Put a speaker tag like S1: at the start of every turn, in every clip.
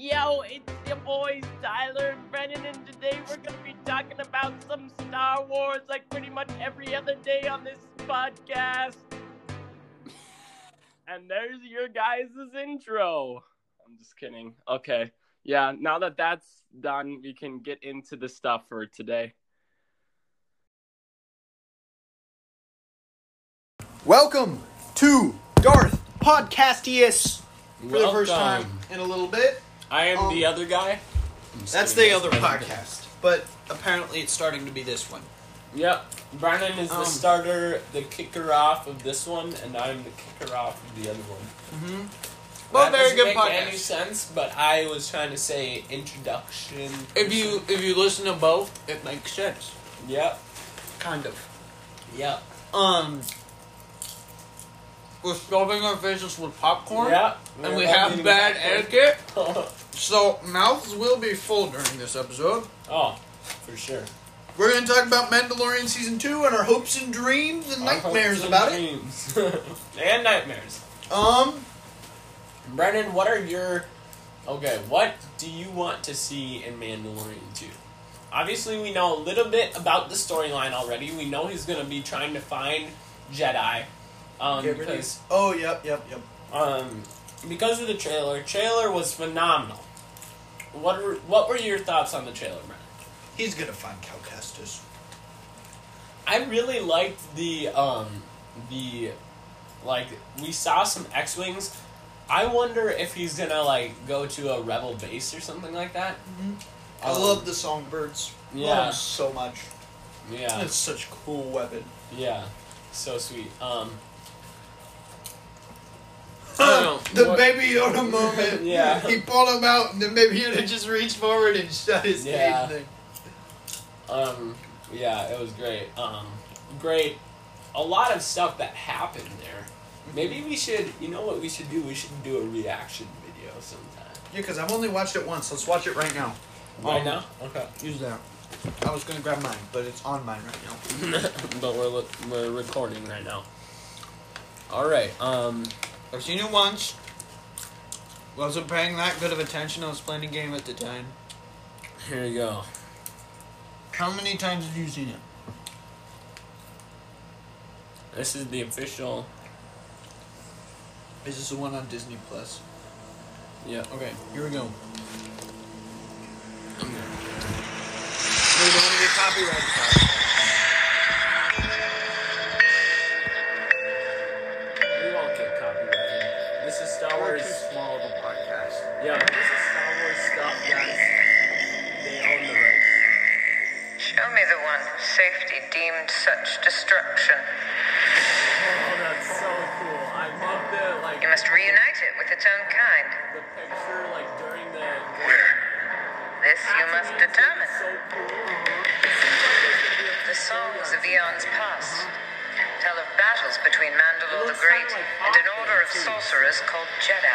S1: Yo, it's your boys Tyler and Brennan, and today we're gonna be talking about some Star Wars like pretty much every other day on this podcast. and there's your guys' intro. I'm just kidding. Okay. Yeah, now that that's done, we can get into the stuff for today.
S2: Welcome to Darth Podcastius for the first
S3: Welcome.
S2: time in a little bit.
S3: I am the
S2: Um,
S3: other guy.
S2: That's the other podcast, but apparently it's starting to be this one.
S3: Yep. Brennan is
S2: Um,
S3: the starter, the kicker off of this one, and I'm the kicker off of the other one.
S2: Well,
S3: that
S2: very
S3: doesn't
S2: good
S3: make
S2: podcast.
S3: any sense, but I was trying to say introduction.
S4: If you if you listen to both, it makes sense.
S3: Yep.
S4: Kind of.
S3: Yep.
S4: Um we're scrubbing our faces with popcorn.
S3: Yep.
S4: And
S3: We're
S4: we
S3: not
S4: have
S3: eating
S4: bad
S3: popcorn.
S4: etiquette. So mouths will be full during this episode.
S3: oh, for sure.
S2: We're going to talk about Mandalorian Season 2 and our hopes and dreams and nightmares about it.
S3: it. and nightmares.
S2: Um,
S3: Brennan, what are your okay? What do you want to see in Mandalorian two? Obviously, we know a little bit about the storyline already. We know he's gonna be trying to find Jedi, um,
S2: Get rid of-
S3: because
S2: oh, yep, yep, yep.
S3: um, because of the trailer. Trailer was phenomenal. What were what were your thoughts on the trailer, Brennan?
S2: He's going to find Cal Kestis.
S3: I really liked the um the like we saw some X wings. I wonder if he's gonna like go to a rebel base or something like that.
S2: I
S3: Um,
S2: love the songbirds. Love
S3: yeah.
S2: them so much.
S3: Yeah,
S2: It's such a cool weapon.
S3: yeah, so sweet. Um,
S4: Oh,
S2: the
S3: what-
S2: baby Yoda moment.
S3: Yeah.
S2: He pulled him out, and the baby Yoda just reached forward and shut his
S3: Yeah.
S2: face.
S3: um, yeah, it was great. Um, great, a lot of stuff that happened there. Maybe we should, you know, what we should do? We should do a reaction video sometime.
S2: Yeah, because I've only watched it once. Let's watch it right now.
S3: Right now, Um, okay.
S2: Use that. I was gonna grab mine, but it's on mine right now.
S3: but we're look, we're recording right now. All right. Um.
S4: I've seen it once. Wasn't paying that good of attention. I was playing a game at the time.
S3: Here you go.
S4: How many times have you seen it?
S3: This is the official.
S4: Is this the one on Disney Plus?
S3: Yeah.
S4: Okay, here we go.
S3: We won't get copyrighted. This is Star Wars.
S4: small of a podcast.
S3: Yeah. This is Star Wars stuff, guys. They own the rights.
S5: Show me the one whose safety deemed such destruction.
S3: Oh, that's so cool. I love the like
S5: You must reunite it with its own kind.
S3: the picture like during the.
S5: This you must determine.
S3: So cool.
S5: The songs of eons past tell of battles between Mandalore the Great and an order of sorcerers called Jedi.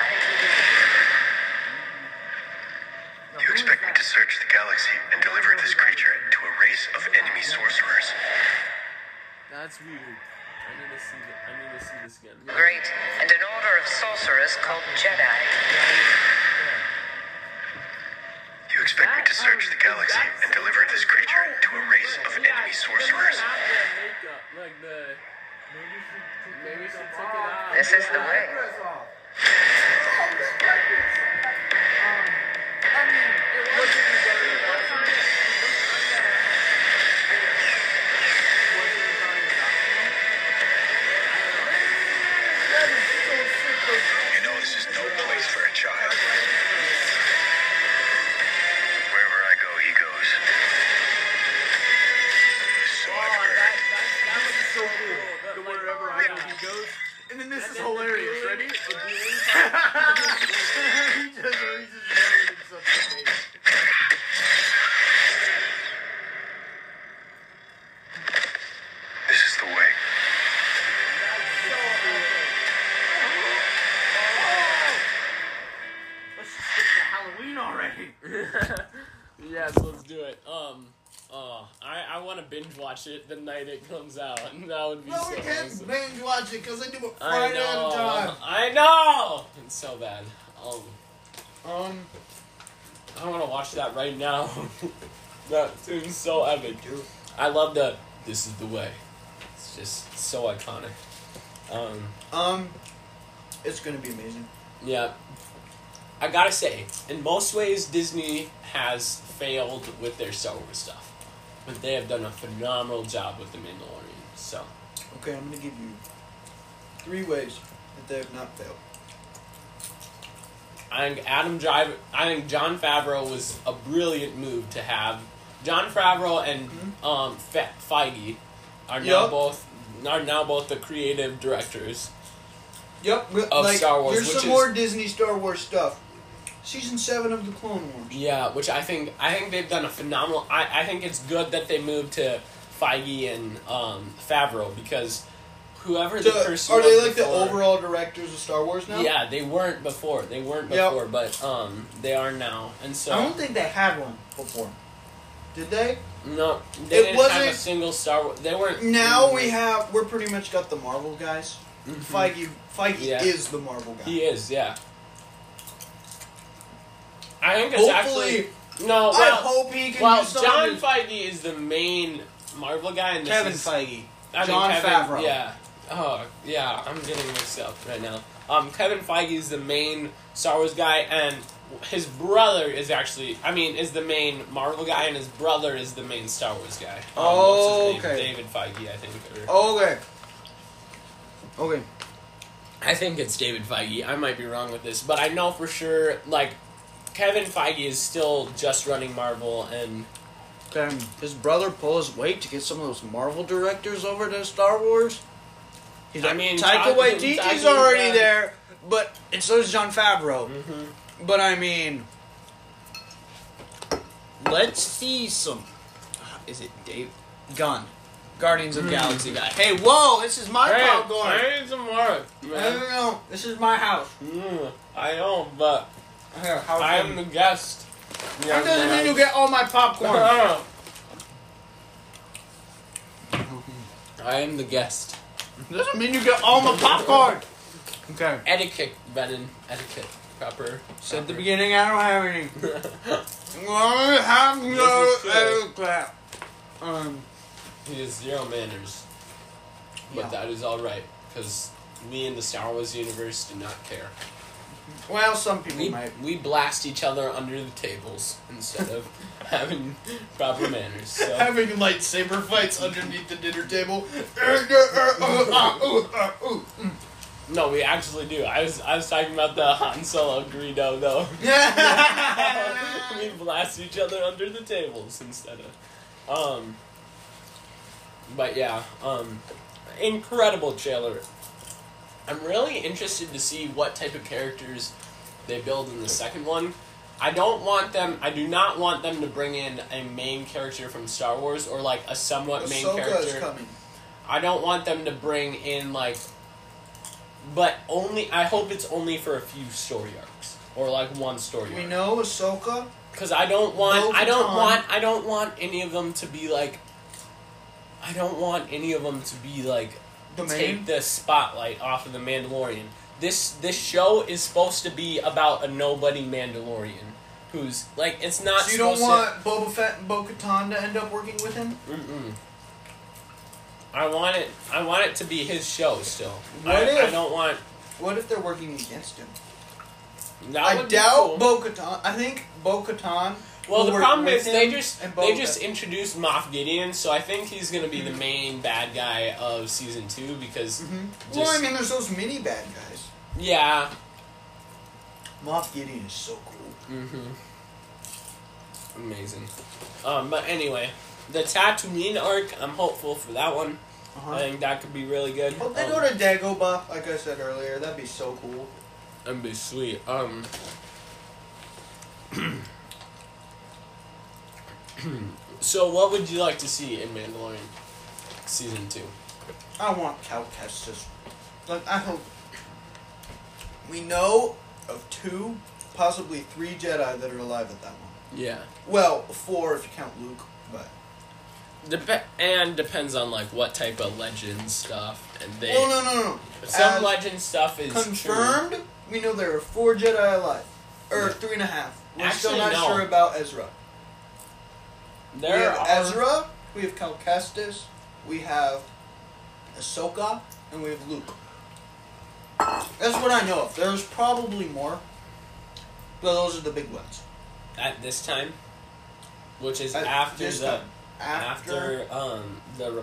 S6: You expect me to search the galaxy and deliver this creature to a race of enemy sorcerers.
S3: That's weird. I need to see. The, I need to see this again.
S5: The Great and an order of sorcerers called Jedi.
S6: You expect me to search the galaxy and deliver this creature to a race of enemy sorcerers.
S5: This is the way.
S6: You know this is no place for a child. Wherever I go, he goes. So
S2: Oh,
S6: I've heard.
S2: And then this is hilarious. Ready? he just reaches forward and sucks the baby.
S6: This is the way.
S3: Yes, let's do it. Um, oh, I, I want to binge watch it the night it comes out. That would be
S2: No,
S3: so
S2: we can't
S3: awesome.
S2: binge watch it because I do it
S3: I
S2: Friday at a
S3: know.
S2: time.
S3: I know. It's so bad. Um,
S2: Um,
S3: watch that right now. that tune's so epic. I love the "This Is the Way." It's just so iconic. Um,
S2: Um, it's gonna be amazing.
S3: yeah, I gotta say, in most ways, Disney has failed with their Star Wars stuff, but they have done a phenomenal job with the Mandalorian. So
S2: Okay, I'm gonna give you three ways that they have not failed.
S3: I think Adam Driver. I think John Favreau was a brilliant move to have. John Favreau and um, Fe- Feige are
S2: Mm-hmm.
S3: now
S2: Yup.
S3: both are now both the creative directors.
S2: Yep. re-
S3: Of
S2: like,
S3: Star Wars,
S2: Here's
S3: which
S2: some
S3: is-
S2: more Disney Star Wars stuff. Season seven of the Clone Wars.
S3: Yeah, which I think I think they've done a phenomenal. I, I think it's good that they moved to Feige and um, Favreau because whoever the
S2: So,
S3: person
S2: are they
S3: was
S2: like the
S3: before-
S2: overall directors of Star Wars now?
S3: Yeah, they weren't before. They weren't
S2: Yup.
S3: before, but um, they are now, and so
S4: I don't think they had one.
S2: Before. Did they?
S3: no, they
S2: It
S3: didn't have a
S2: wasn't-
S3: single Star Wars. They weren't. Mm-hmm.
S2: Now we have. We're pretty much got the Marvel guys. Feige, Feige
S3: Yeah.
S2: is the Marvel guy.
S3: He is, yeah. I think it's
S2: Hopefully,
S3: actually no.
S2: I
S3: Well,
S2: hope he can
S3: well
S2: do something.
S3: John Feige is the main Marvel guy, and this
S4: Kevin
S3: is,
S4: Feige.
S3: I mean,
S4: John
S3: Kevin-
S4: Favreau.
S3: Yeah. Oh, yeah. I'm getting mixed up right now. Um, Kevin Feige is the main Star Wars guy, and his brother is actually, I mean, is the main Marvel guy, and his brother is the main Star Wars guy. Um,
S4: Oh,
S3: what's his name?
S4: okay.
S3: David Feige, I think. or-
S4: Okay. Okay.
S3: I think it's David Feige. I might be wrong with this, but I know for sure, like, Kevin Feige is still just running Marvel, and
S4: Can his brother pull his weight to get some of those Marvel directors over to Star Wars? He's
S3: I
S4: like,
S3: mean,
S4: Taika
S3: Taika-
S4: Waititi's
S3: Taika's
S4: already
S3: back.
S4: there, but and so is John Favreau.
S3: Mm-hmm.
S4: But I mean, let's see some. uh, Is it Dave Gunn, Guardians of
S3: Hmm.
S4: Galaxy guy? Hey, whoa! This is my popcorn.
S3: I need some work,
S4: I don't know. This is my house.
S3: Mm, I know, but
S4: Here, how
S3: I'm the guest.
S4: That doesn't mean you get all my popcorn.
S3: I am the guest.
S4: doesn't mean you get all my popcorn. Okay.
S3: Etiquette, Benin. Etiquette. Proper.
S4: Said at the
S3: proper.
S4: beginning, I don't have any. I have
S3: This is true.
S4: etiquette. Um,
S3: He has zero manners. But
S4: Yeah.
S3: that is alright, because me and the Star Wars universe do not care.
S4: well, some people
S3: We,
S4: might.
S3: we blast each other under the tables instead of having proper manners. So.
S2: Having lightsaber fights underneath the dinner table. yeah,
S3: No, we actually do. I was I was talking about the Han Solo Greedo though. we blast each other under the tables instead of um but yeah um incredible trailer i'm really interested to see what type of characters they build in the second one i don't want them i do not want them to bring in a main character from star wars or like a somewhat main
S2: Ahsoka is
S3: character
S2: coming.
S3: I don't want them to bring in like, but only I hope it's only for a few story arcs or like one story
S2: We
S3: arc.
S2: know Ahsoka.
S3: Because I don't want I don't
S2: Bo-Katan.
S3: want I don't want any of them to be like. I don't want any of them to be like
S2: The
S3: take
S2: main.
S3: the spotlight off of the Mandalorian. This this show is supposed to be about a nobody Mandalorian who's like it's not.
S2: So you don't
S3: supposed to-
S2: want Boba Fett and Bo Katan to end up working with him?
S3: Mm-mm. I want it. I want it to be his show still.
S2: What
S3: I, I
S2: if-
S3: don't want.
S2: What if they're working against him?
S3: That
S2: I
S3: would be
S2: doubt
S3: cool.
S2: Bo Katan. I think Bo Katan.
S3: well,
S2: will
S3: the
S2: work
S3: problem
S2: with
S3: is they
S2: him
S3: just
S2: and Boba Hmm.
S3: they just introduced Moff Gideon, so I think he's gonna be the main bad guy of season two because just,
S2: Mm-hmm. well, I mean, there's those mini bad guys.
S3: yeah,
S2: Moff Gideon is so cool.
S3: mm-hmm. amazing. Um, but anyway, the Tatooine arc, I'm hopeful for that one. I think that could be really good.
S2: Hope Oh, they
S3: Um,
S2: go to Dagobah, like I said earlier. That'd be so cool.
S3: That'd be sweet. Um. so, what would you like to see in Mandalorian season two?
S2: I want cow Kestis. Like I hope we know of two, possibly three Jedi that are alive at that one.
S3: Yeah,
S2: Well, four if you count Luke, but
S3: Dep- and depends on like what type of legend stuff and they.
S2: well, no, no, no.
S3: Some
S2: As
S3: legend stuff is true.
S2: confirmed, we know there are four Jedi alive, or
S3: Yeah.
S2: three and a half. We're still not
S3: Actually, no.
S2: sure about Ezra. we
S3: There
S2: have
S3: are
S2: Ezra, we have Cal Kestis, we have Ahsoka, and we have Luke. That's what I know of. There's probably more, but those are the big ones.
S3: at this time, which is
S2: At
S3: after
S2: this
S3: the
S2: time.
S3: after, um the re-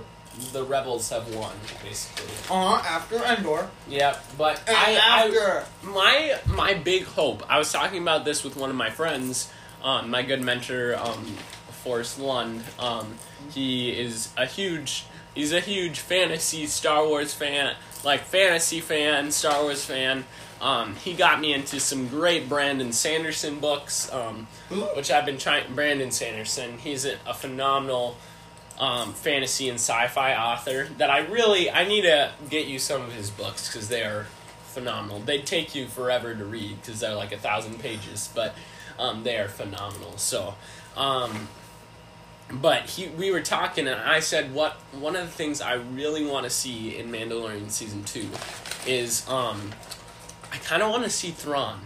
S3: the rebels have won basically.
S2: uh after Endor,
S3: Yeah, but
S2: and
S3: I, I-
S2: after
S3: my my big hope. I was talking about this with one of my friends, um, my good mentor, um, Forrest Lund. Um, he is a huge he's a huge fantasy Star Wars fan, like fantasy fan, Star Wars fan. Um, he got me into some great Brandon Sanderson books, um,
S2: Who?
S3: which I've been trying. Brandon Sanderson, he's a, a phenomenal um, fantasy and sci-fi author that I really I need to get you some of his books because they are phenomenal. They take you forever to read because they're like a thousand pages, but um, they are phenomenal. So, um, but he we were talking and I said what one of the things I really want to see in Mandalorian season two is um, I kind of want to see Thrawn.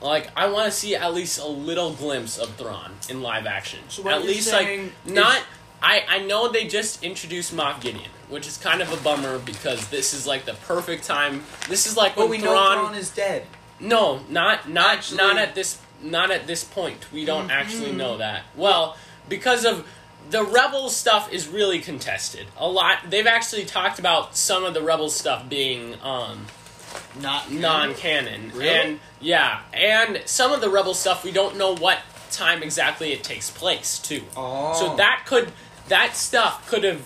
S3: Like I want to see at least a little glimpse of Thrawn in live action.
S4: So what
S3: at
S4: you're
S3: least
S4: saying
S3: like
S4: is-
S3: not I, I know they just introduced Moff Gideon, which is kind of a bummer because this is like the perfect time. This is like
S4: But
S3: when
S4: we know
S3: Thrawn,
S4: Thrawn is dead.
S3: no, not not
S4: Actually- Mm-hmm.
S3: not at this not at this point. We don't actually know that. Well, because of the rebel stuff is really contested. A lot they've actually talked about some of the rebel stuff being um
S4: Not
S3: non-canon. And yeah, and some of the rebel stuff we don't know what time exactly it takes place too.
S4: Oh.
S3: So that could that stuff could have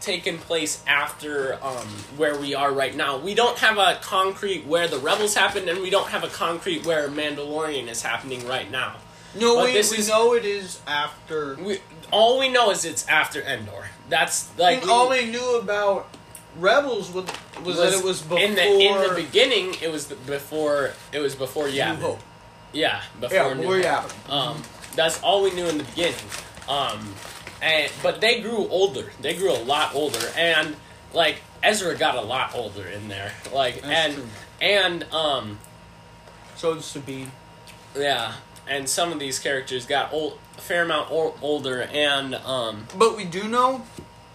S3: taken place after um, where we are right now. We don't have a concrete where the rebels happened, and we don't have a concrete where Mandalorian is happening right now.
S4: No,
S3: But
S4: we,
S3: this
S4: we
S3: is-
S4: know it is after.
S3: We all we know is it's after Endor. That's
S4: I
S3: like
S4: think all we knew about Rebels was, was, that it was before.
S3: in the in the beginning. It was the, before it was before yeah
S4: New Hope.
S3: yeah before
S4: Yeah,
S3: New
S4: before
S3: Hope.
S4: Yavin.
S3: Um, that's all we knew in the beginning. Um, and but they grew older. They grew a lot older, and like Ezra got a lot older in there. Like
S4: That's
S3: and
S4: true.
S3: and um
S4: So did Sabine.
S3: yeah, and some of these characters got old, a fair amount o- older, and um
S4: But we do know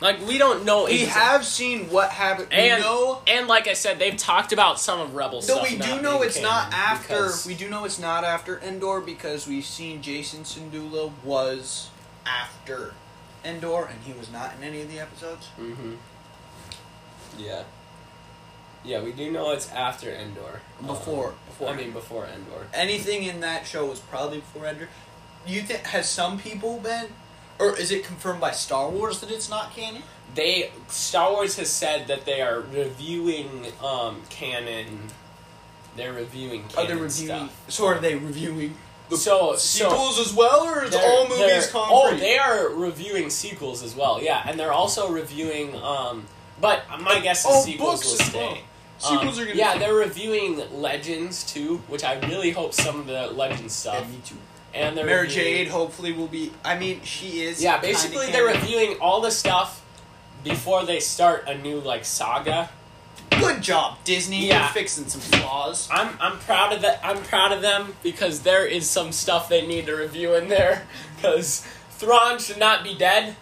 S3: like we don't know.
S4: we
S3: exa-
S4: have seen what happened.
S3: and
S4: we know
S3: and like I said, they've talked about some of Rebel
S4: No,
S3: stuff.
S4: we do
S3: not
S4: know
S3: being
S4: it's not
S3: canon
S4: after.
S3: because-
S4: We do know it's not after Endor because we've seen Jason Sindula was after
S2: Endor, and he was not in any of the episodes.
S3: Mhm. Yeah. Yeah, we do know it's after Endor. Um,
S4: Before.
S3: before I mean before Endor.
S4: anything in that show was probably before Endor. You think has some people been, or is it confirmed by Star Wars that it's not canon?
S3: They Star Wars has said that they are reviewing um canon. They're reviewing
S4: Are
S3: canon
S4: they Oh, reviewing?
S3: stuff.
S4: So are they reviewing
S3: so so
S4: Uh, sequels as well, or is
S3: they're-
S4: all movies
S3: they're- Oh,
S4: concrete?
S3: they are reviewing sequels as well. Yeah, and they're also reviewing. um But my guess is
S4: Oh,
S3: sequels
S4: books
S3: will
S4: as
S3: stay.
S4: well.
S3: Um,
S4: Sequels are gonna
S3: yeah,
S4: be-
S3: they're reviewing Legends too, which I really hope some of the Legends stuff.
S4: Yeah, me too.
S3: And they're
S4: Mary
S3: reviewing-
S4: Jade hopefully will be. I mean, she is.
S3: Yeah, basically
S4: kinda
S3: they're
S4: canon.
S3: reviewing all the stuff before they start a new like saga.
S4: Good job, Disney.
S3: Yeah.
S4: You're fixing some flaws.
S3: I'm I'm proud of that. I'm proud of them because there is some stuff they need to review in there because Thrawn should not be dead.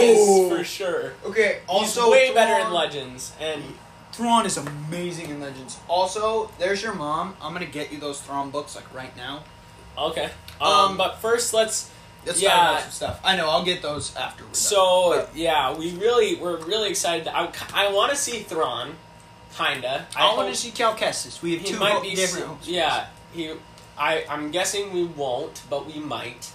S4: No.
S3: is for sure.
S2: Okay,
S3: Also,
S2: also
S3: way better in
S2: Thrawn-
S3: Legends and
S4: Thrawn is amazing in Legends. Also, there's your mom. I'm gonna get you those Thrawn books like right now.
S3: okay. Um,
S4: Um,
S3: but first let's.
S4: Let's
S3: Yeah.
S4: talk about some stuff. I know. I'll get those after. we're done.
S3: So yeah, we really we're really excited. I I want to see Thrawn, kinda.
S4: I want
S3: hope-
S4: to see Cal Kestis. We have
S3: he
S4: two
S3: might
S4: ho-
S3: be
S4: different.
S3: soon.
S4: hopes.
S3: Yeah, he. I I'm guessing we won't, but we might.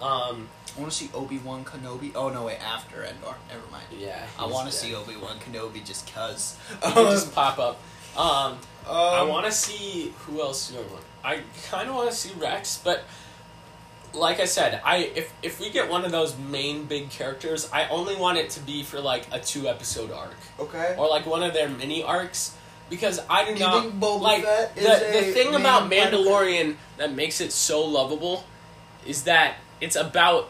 S3: Um.
S4: I want to see Obi Wan Kenobi. Oh no, wait, after Endor. Never mind.
S3: Yeah.
S4: I
S3: he's
S4: want to
S3: dead.
S4: see Obi Wan Kenobi just cause.
S3: He could just pop up. Um. I want to see who else. Do I, want? I kind of want to see Rex, but like I said, I if if we get one of those main big characters, I only want it to be for like a two episode arc
S2: Okay.
S3: or like one of their mini arcs. Because I do
S2: You
S3: not
S2: think Boba
S3: like
S2: Fett
S3: the,
S2: is
S3: the
S2: a
S3: thing
S2: main
S3: about
S2: planet?
S3: Mandalorian that makes it so lovable is that it's about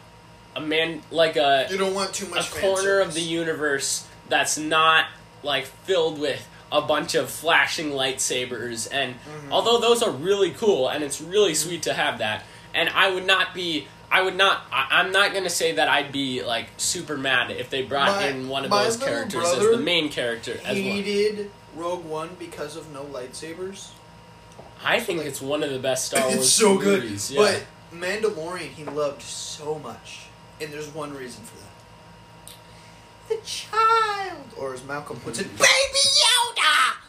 S3: a man like a
S2: You don't want too
S3: a
S2: much. fan
S3: corner of
S2: service.
S3: the universe that's not like filled with a bunch of
S2: Mm-hmm.
S3: flashing lightsabers and although those are really cool and it's really sweet to have that and I would not be. I would not. I, I'm not gonna say that I'd be like super mad if they brought
S2: My-
S3: in one of
S2: my
S3: those
S2: little
S3: characters as
S2: brother
S3: the main character as one.
S2: Hated Rogue One because of no lightsabers.
S3: I think it's one of the best Star Wars.
S2: It's so good.
S3: movies, yeah.
S2: But Mandalorian, he loved so much, and there's one reason for that. The child, or as Malcolm puts it,
S3: Mm-hmm.
S2: Baby Yoda.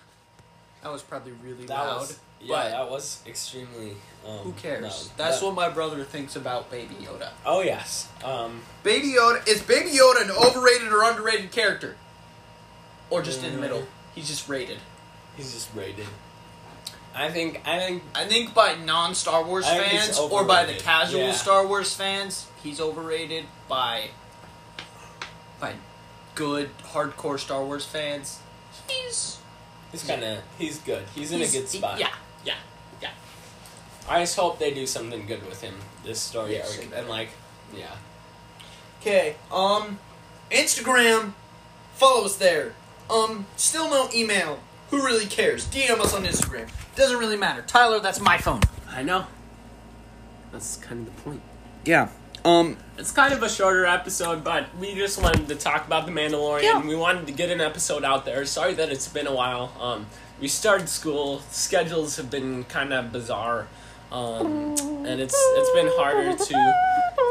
S4: That was probably really
S3: that
S4: loud.
S3: was yeah,
S4: but
S3: that was extremely. Um,
S4: who cares?
S3: loud.
S4: That's
S3: But-
S4: what my brother thinks about Baby Yoda.
S3: Oh yes. Um,
S4: Baby Yoda is Baby Yoda an overrated or underrated character, or just in the
S2: Mm.
S4: middle? He's just rated.
S3: he's just rated. I think. I think.
S4: I think by non Star Wars
S3: I think he's
S4: fans or by the
S3: overrated.
S4: casual
S3: Yeah.
S4: Star Wars fans, he's overrated. By by good hardcore Star Wars fans, he's
S3: He's kind of. He's good. He's in a good spot.
S4: Yeah, yeah.
S3: I just hope they do something good with him this story
S2: Yes,
S3: arc
S2: they
S3: and like, yeah.
S2: Okay. Um, Instagram, follow us there. Um, still no email. Who really cares? DM us on Instagram.
S4: Doesn't really matter. Tyler, that's my phone.
S3: I know. That's kind of the point.
S2: Yeah. Um,
S3: It's kind of a shorter episode, but we just wanted to talk about the Mandalorian.
S2: Yeah.
S3: We wanted to get an episode out there. Sorry that it's been a while. Um, we started school. Schedules have been kind of bizarre, um, and it's it's been harder to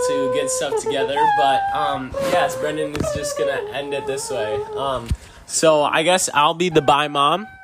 S3: to get stuff together. But um, yes, Brendan is just gonna end it this way. Um, so I guess I'll be the bye mom.